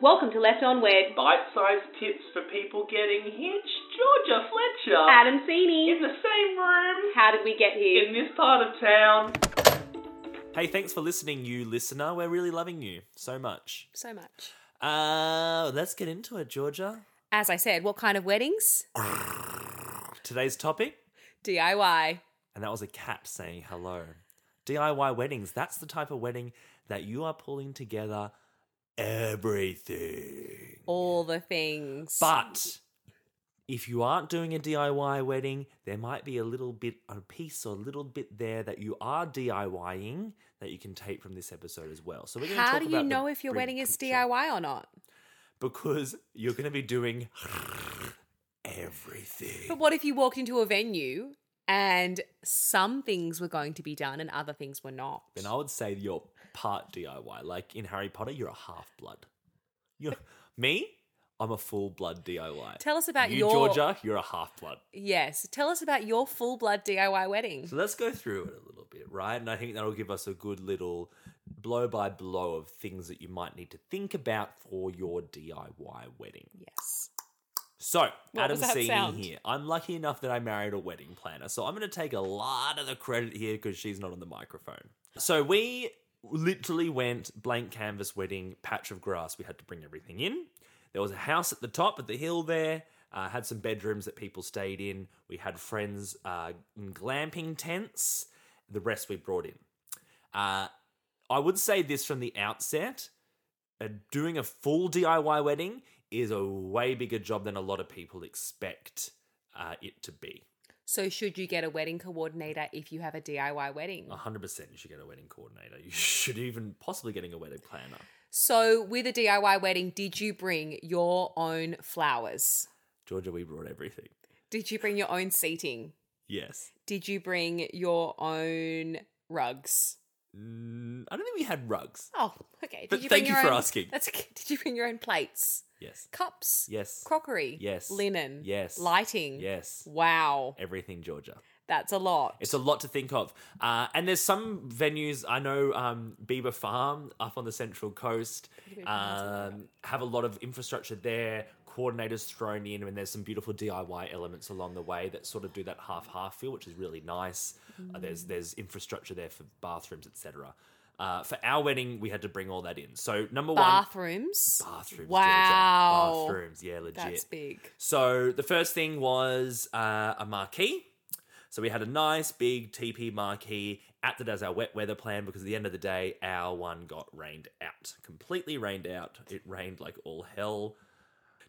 Welcome to Left On Wed. Bite-sized tips for people getting hitched. Georgia Fletcher Adam in Feeney. the same room How did we get here? in this part of town. Hey, thanks for listening, you listener. We're really loving you so much. So much. Uh, let's get into it, Georgia. As I said, what kind of weddings? Today's topic, DIY. and that was a cat saying hello. DIY weddings. That's the type of wedding that you are pulling together everything. All the things. But if you aren't doing a DIY wedding, there might be a little bit, a piece or a little bit there that you are DIYing that you can take from this episode as well. So we're going to how talk do about you the know if your big wedding is picture. DIY or not? because you're going to be doing everything. But what if you walked into a venue and some things were going to be done and other things were not? Then I would say you're part DIY. Like in Harry Potter, you're a half blood. You, me, I'm a full blood DIY. Tell us about you, your- Georgia. You're a half blood. Yes. Tell us about your full blood DIY wedding. So let's go through it a little bit, right? And I think that'll give us a good little blow by blow of things that you might need to think about for your DIY wedding. Yes. So, What Adam was that Seany sound? here. I'm lucky enough that I married a wedding planner, so I'm going to take a lot of the credit here because she's not on the microphone. So we literally went blank canvas wedding, patch of grass. We had to bring everything in. There was a house at the top of the hill there. Uh, had some bedrooms that people stayed in. We had friends uh, in glamping tents. The rest we brought in. Uh, I would say this from the outset uh, doing a full DIY wedding is a way bigger job than a lot of people expect uh, it to be. So, should you get a wedding coordinator if you have a DIY wedding? 100% you should get a wedding coordinator. You should even possibly getting a wedding planner. So, with a DIY wedding, did you bring your own flowers? Georgia, we brought everything. Did you bring your own seating? Yes. Did you bring your own rugs? Mm, I don't think we had rugs. Oh, okay. Did But you thank bring you your for own- asking. That's okay. Did you bring your own plates, Yes. cups, Yes. crockery, Yes. linen, Yes. lighting, Yes. Wow, Everything, Georgia. that's a lot. It's a lot to think of. Uh, and there's some venues, I know um, Bieber Farm up on the Central Coast um, have a lot of infrastructure there, coordinators thrown in, and there's some beautiful DIY elements along the way that sort of do that half half feel, which is really nice. Mm. Uh, there's, there's infrastructure there for bathrooms, etc. Uh, for our wedding, we had to bring all that in. So, number one, bathrooms. bathrooms. Wow, Georgia. Bathrooms, yeah, legit. that's big. So the first thing was uh, a marquee. So we had a nice big TP marquee acted as our wet weather plan because at the end of the day, our one got rained out. Completely rained out. It rained like all hell.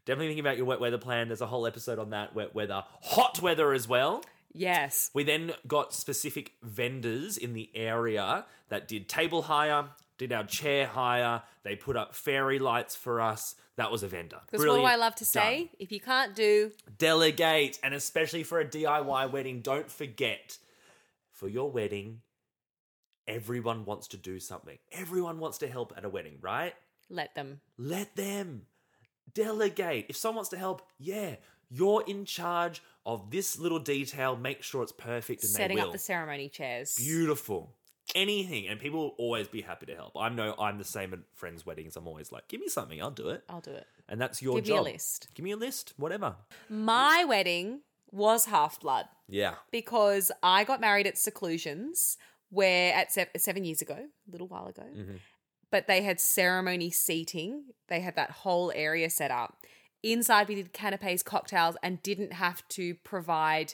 Definitely thinking about your wet weather plan. There's a whole episode on that wet weather, hot weather as well. Yes, We then got specific vendors in the area that did table hire, did our chair hire. They put up fairy lights for us. That was a vendor. because what do I Brilliant. love to say? Done If you can't do, delegate and especially for a DIY wedding don't forget for your wedding everyone wants to do something everyone wants to help at a wedding right let them. let them delegate if someone wants to help yeah you're in charge of this little detail make sure it's perfect and Setting they will up the ceremony chairs. beautiful anything and people will always be happy to help i know i'm the same at friends weddings i'm always like give me something i'll do it I'll do it. and that's your Give me a job list. give me a list whatever My wedding was half blood. yeah because I got married at Seclusions, where at se- seven years ago, a little while ago, but they had ceremony seating. They had that whole area set up. Inside, we did canapes, cocktails, and didn't have to provide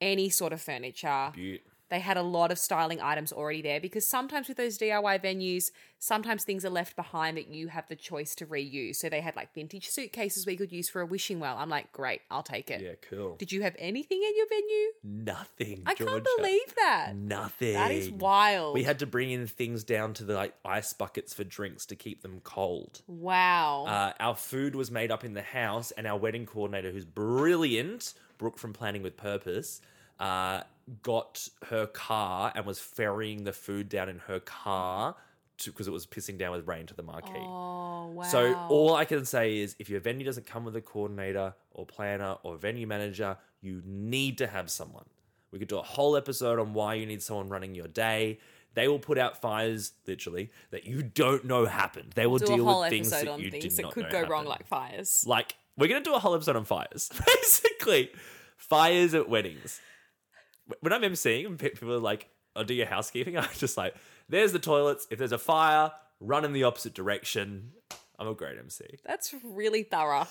any sort of furniture. Beaut. They had a lot of styling items already there because sometimes with those DIY venues, sometimes things are left behind that you have the choice to reuse. So they had like vintage suitcases we could use for a wishing well. I'm like, great, I'll take it. yeah cool Did you have anything at your venue? Nothing. I Georgia. can't believe that. nothing. That is wild. We had to bring in things down to the like ice buckets for drinks to keep them cold. wow. Uh, our food was made up in the house, and our wedding coordinator, who's brilliant, Brooke from Planning with Purpose, uh, got her car and was ferrying the food down in her car because it was pissing down with rain to the marquee. oh wow. So all I can say is if your venue doesn't come with a coordinator or planner or venue manager, you need to have someone. We could do a whole episode on why you need someone running your day. They will put out fires, literally, that you don't know happened. They will Do deal a whole with things episode that on you did things that not could know go wrong, happened. like fires. like we're gonna do a whole episode on fires, basically. Fires at weddings. When I'm emceeing, and pe- people are like, "I'll do your housekeeping," I'm just like, "There's the toilets. If there's a fire, run in the opposite direction." I'm a great MC. That's really thorough.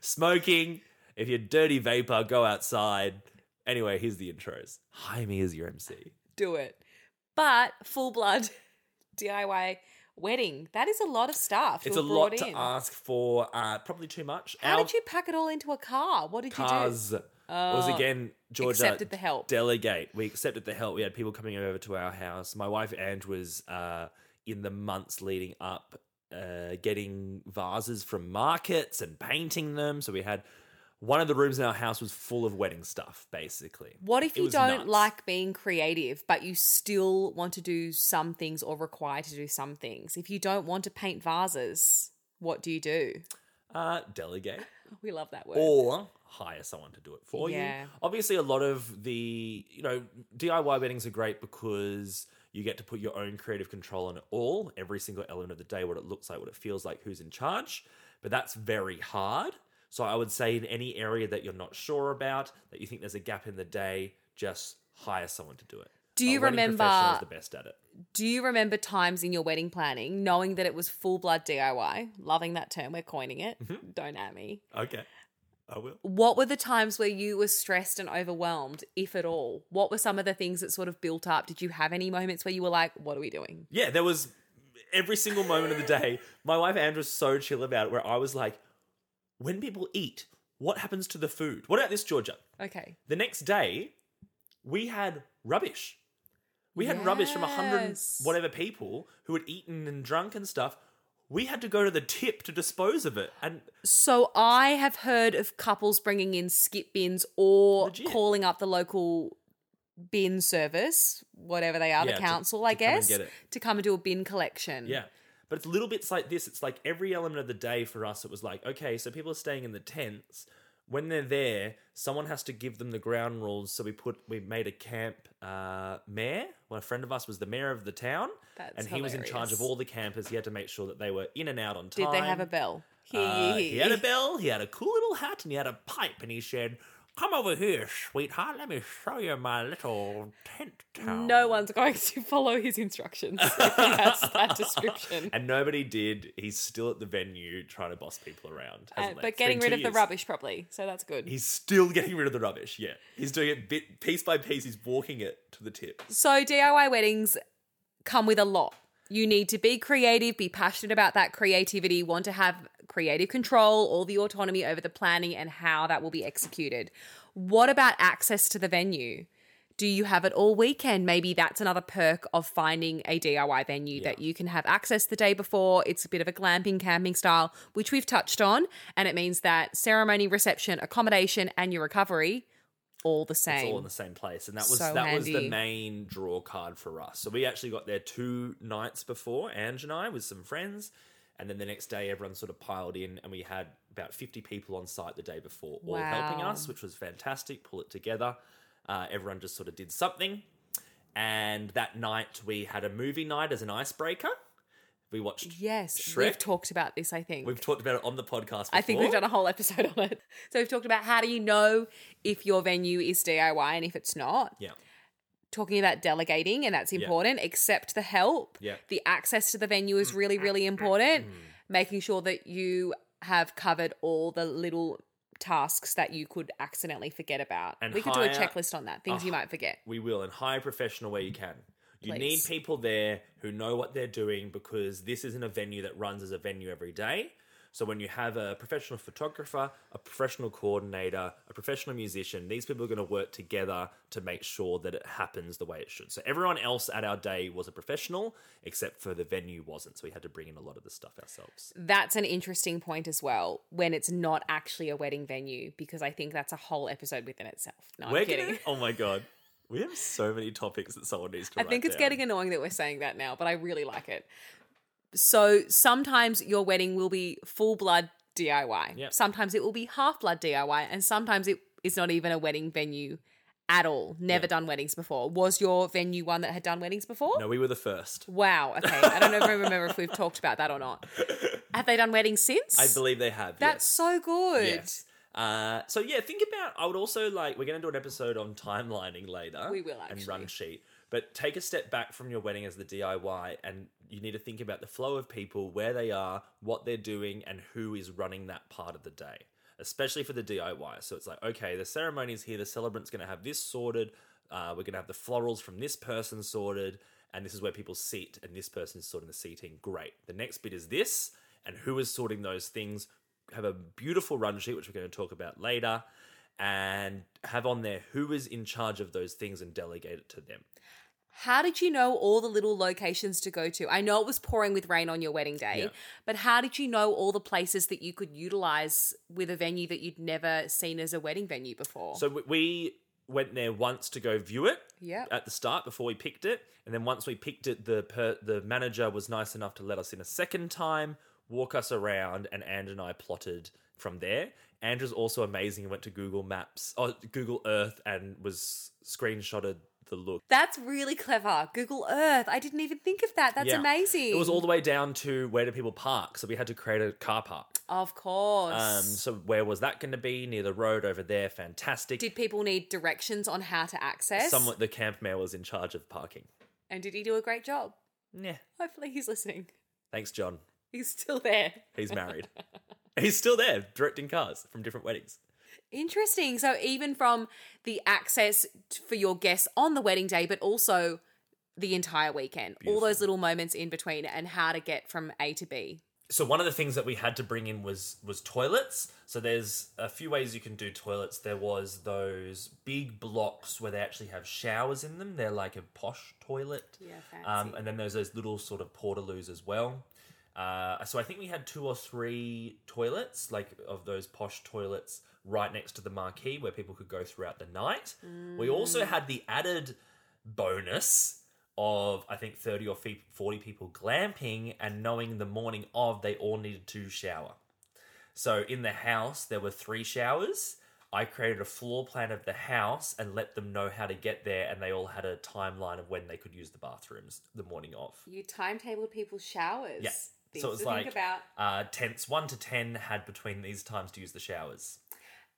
Smoking. If you're dirty vapor, go outside. Anyway, here's the intros. Hi, me is your MC. Do it. But full blood DIY wedding. That is a lot of stuff. It's to a have lot brought to in. ask for. Uh, probably too much. How Our did you pack it all into a car? What did cars you do? was Oh, again Georgia accepted the help. delegate. We accepted the help. We had people coming over to our house. My wife Ange was uh, in the months leading up, uh, getting vases from markets and painting them. So we had one of the rooms in our house was full of wedding stuff, basically. What if It you was don't nuts. like being creative, but you still want to do some things or require to do some things? If you don't want to paint vases, what do you do? Uh, delegate. We love that word. or hire someone to do it for Yeah. you. Obviously, a lot of the you know DIY weddings are great because you get to put your own creative control on it all, every single element of the day, what it looks like, what it feels like, who's in charge. But that's very hard. So I would say in any area that you're not sure about, that you think there's a gap in the day, just hire someone to do it. Do you A wedding remember- professional is the best at it? Do you remember times in your wedding planning knowing that it was full blood DIY? Loving that term, we're coining it. Mm-hmm. Don't at me. Okay, I will. What were the times where you were stressed and overwhelmed, if at all? What were some of the things that sort of built up? Did you have any moments where you were like, what are we doing? Yeah, there was every single moment of the day. My wife Andrew was so chill about it, where I was like, when people eat, what happens to the food? What about this, Georgia? Okay. The next day, we had rubbish. We had rubbish from a hundred and Yes. whatever people who had eaten and drunk and stuff. We had to go to the tip to dispose of it, and So I have heard of couples bringing in skip bins or Legit. calling up the local bin service, whatever they are, Yeah, the to- council, to I come and guess, get it. to come and do a bin collection. Yeah. But it's little bits like this. It's like every element of the day for us, it was like, okay, so people are staying in the tents. When they're there, someone has to give them the ground rules. So we put, we made a camp uh, mayor. Well, a friend of us was the mayor of the town. That's and he was in charge hilarious. of all the campers. He had to make sure that they were in and out on Did time. they have a bell? Hee Uh, hee he hee. had a bell, he had a cool little hat, and he had a pipe. And he said, Come over here, sweetheart. Let me show you my little tent town. No one's going to follow his instructions. if he has that description. And nobody did. He's still at the venue trying to boss people around. Uh, hasn't left. but It's been getting rid two of the years. rubbish properly, so that's good. He's still getting rid of the rubbish. Yeah, he's doing it bit piece by piece. He's walking it to the tip. So DIY weddings come with a lot. You need to be creative, be passionate about that creativity, want to have creative control, all the autonomy over the planning and how that will be executed. What about access to the venue? Do you have it all weekend? Maybe that's another perk of finding a DIY venue that you can have access the day before. It's a bit of a glamping camping style, which we've touched on, and it means that ceremony, reception, accommodation, and your recovery all the same. It's all in the same place, and that was So that was handy. the main draw card for us. So we actually got there two nights before Ange and I with some friends, and then the next day everyone sort of piled in, and we had about fifty people on site the day before, all helping Wow. us, which was fantastic. Pull it together. Uh, everyone just sort of did something, and that night we had a movie night as an icebreaker. We watched Yes, Shrek? we've talked about this. I think We've talked about it on the podcast. Before. I think we've done a whole episode on it. So we've talked about how do you know if your venue is DIY and if it's not. yeah, Talking about delegating and that's important. Accept the help. Yeah. Mm. The access to the venue is really really important. Making sure that you have covered all the little tasks that you could accidentally forget about. And we could do a hire- Ah. checklist on that. Things you might forget. we will, and hire a professional where you can. You need Please. people there who know what they're doing because this isn't a venue that runs as a venue every day. So when you have a professional photographer, a professional coordinator, a professional musician, these people are going to work together to make sure that it happens the way it should. So everyone else at our day was a professional, except for the venue wasn't. So we had to bring in a lot of the stuff ourselves. That's an interesting point as well when it's not actually a wedding venue because I think that's a whole episode within itself. No, I'm We're kidding. getting. Oh my god, we have so many topics that someone needs to. I think write it's down. getting annoying that we're saying that now, but I really like it. So sometimes your wedding will be full blood DIY. Yep. Sometimes it will be half blood DIY, and sometimes it is not even a wedding venue at all. Never Yeah. done weddings before. Was your venue one that had done weddings before? No, we were the first. Wow. Okay. I don't even remember if we've talked about that or not. Have they done weddings since? I believe they have. That's yes. so good. Yes. Uh, so yeah, think about. I would also like. We're gonna do an episode on timelining later. We will, and run actually. sheet. But take a step back from your wedding as the DIY, and you need to think about the flow of people, where they are, what they're doing, and who is running that part of the day. Especially for the DIY. So it's like, okay, the ceremony's here. The celebrant's gonna have this sorted. Uh, we're gonna have the florals from this person sorted, and this is where people sit, and this person's sorting the seating. Great. The next bit is this, and who is sorting those things have a beautiful run sheet, which we're going to talk about later, and have on there who is in charge of those things and delegate it to them. How did you know all the little locations to go to? I know it was pouring with rain on your wedding day, Yeah. but how did you know all the places that you could utilize with a venue that you'd never seen as a wedding venue before? So we- we went there once to go view it yeah. at the start before we picked it, and then once we picked it, the per- the manager was nice enough to let us in a second time, walk us around, and Andrew and I plotted from there. Andrew's also amazing and went to Google Maps, or Google Earth, and was screenshotted the look. That's really clever. Google Earth. I didn't even think of that. That's Yeah. amazing. It was all the way down to where do people park, so we had to create a car park. Of course. Um, so where was that going to be? Near the road over there. Fantastic. did people need directions on how to access? Someone, the camp mayor was in charge of parking. And did he do a great job? Yeah. Hopefully he's listening. Thanks, John. He's still there. He's married. He's still there directing cars from different weddings. Interesting. So even from the access t- for your guests on the wedding day, but also the entire weekend, all those little moments in between, and how to get from A to B. So one of the things that we had to bring in was was toilets. So there's a few ways you can do toilets. There was those big blocks where they actually have showers in them. They're like a posh toilet. Yeah, Um, fancy. and then there's those little sort of portaloos as well. Uh, so I think we had two or three toilets, like of those posh toilets, right next to the marquee where people could go throughout the night. We Mm. also had the added bonus of I think thirty or fe- forty people glamping and knowing the morning of they all needed to shower. So in the house, there were three showers. I created a floor plan of the house and let them know how to get there, and they all had a timeline of when they could use the bathrooms the morning of. you timetabled people's showers. Yeah. Things so it was to like think about. Uh, tense one to ten had between these times to use the showers.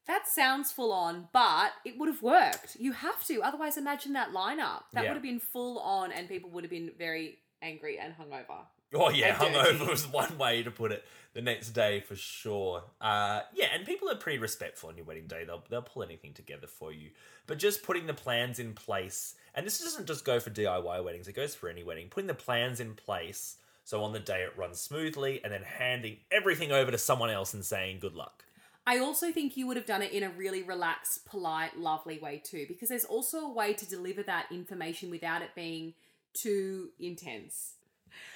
That sounds full on, but it would have worked. You have to. Otherwise, imagine that lineup. That Yeah. would have been full on, and people would have been very angry and hungover. Oh yeah, And dirty. hungover was one way to put it. The next day for sure. Uh, yeah, and people are pretty respectful on your wedding day. They'll they'll pull anything together for you. But just putting the plans in place, and this doesn't just go for DIY weddings. It goes for any wedding. Putting the plans in place so on the day it runs smoothly, and then handing everything over to someone else and saying good luck. I also think you would have done it in a really relaxed, polite, lovely way too, because there's also a way to deliver that information without it being too intense.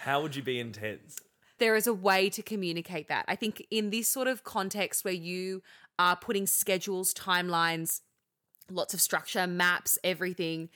How would you be intense? There is a way to communicate that. I think in this sort of context where you are putting schedules, timelines, lots of structure, maps, everything,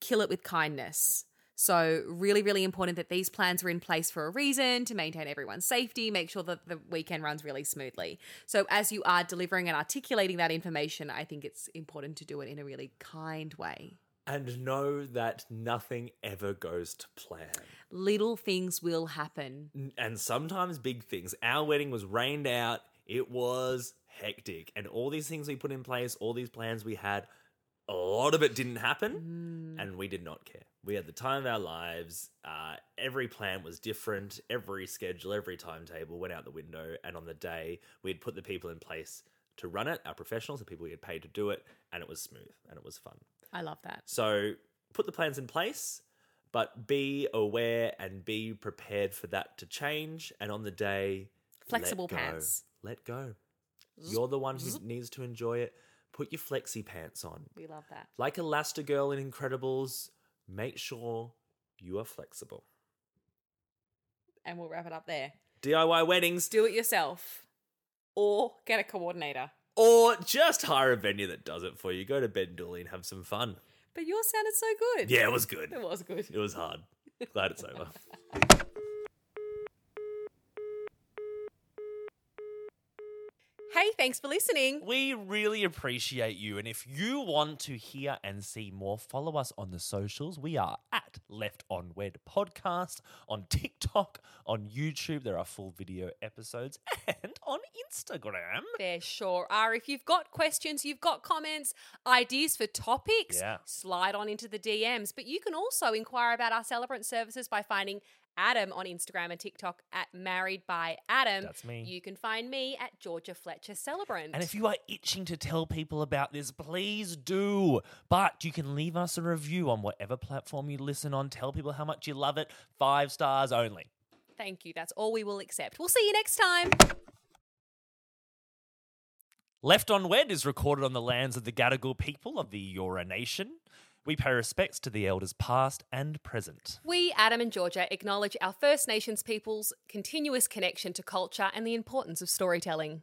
kill it with kindness. So, really, really important that these plans are in place for a reason to maintain everyone's safety, make sure that the weekend runs really smoothly. So, as you are delivering and articulating that information, I think it's important to do it in a really kind way. And know that nothing ever goes to plan. Little things will happen. and sometimes big things. Our wedding was rained out. It was hectic. And all these things we put in place, all these plans we had, a lot of it didn't happen. And we did not care. We had the time of our lives. Uh, every plan was different. Every schedule, every timetable went out the window. And on the day, we had put the people in place to run it, our professionals, the people we had paid to do it. And it was smooth and it was fun. I love that. So put the plans in place, but be aware and be prepared for that to change. And on the day, Flexible let go. pants. Let go. You're the one who needs to enjoy it. Put your flexi pants on. We love that. Like Elastigirl in Incredibles, make sure you are flexible. And we'll wrap it up there. DIY weddings, do it yourself or get a coordinator. or just hire a venue that does it for you. Go to Ben Dooley and have some fun. But yours sounded so good. Yeah, it was good. It was good. It was hard. Glad it's over. Hey, Thanks for listening. We really appreciate you. And if you want to hear and see more, follow us on the socials. We are at Left on Wed Podcast on TikTok, on YouTube. There are full video episodes and on Instagram. There sure are. If you've got questions, you've got comments, ideas for topics, Yeah. slide on into the DMs. But you can also inquire about our celebrant services by finding Adam on Instagram and TikTok at Married by Adam. That's me. You can find me at Georgia Fletcher Celebrant. And if you are itching to tell people about this, please do. But you can leave us a review on whatever platform you listen on. Tell people how much you love it. Five stars only. Thank you. That's all we will accept. We'll see you next time. Left on Wed is recorded on the lands of the Gadigal people of the Eora Nation. We pay respects to the elders past and present. We, Adam and Georgia, acknowledge our First Nations people's continuous connection to culture and the importance of storytelling.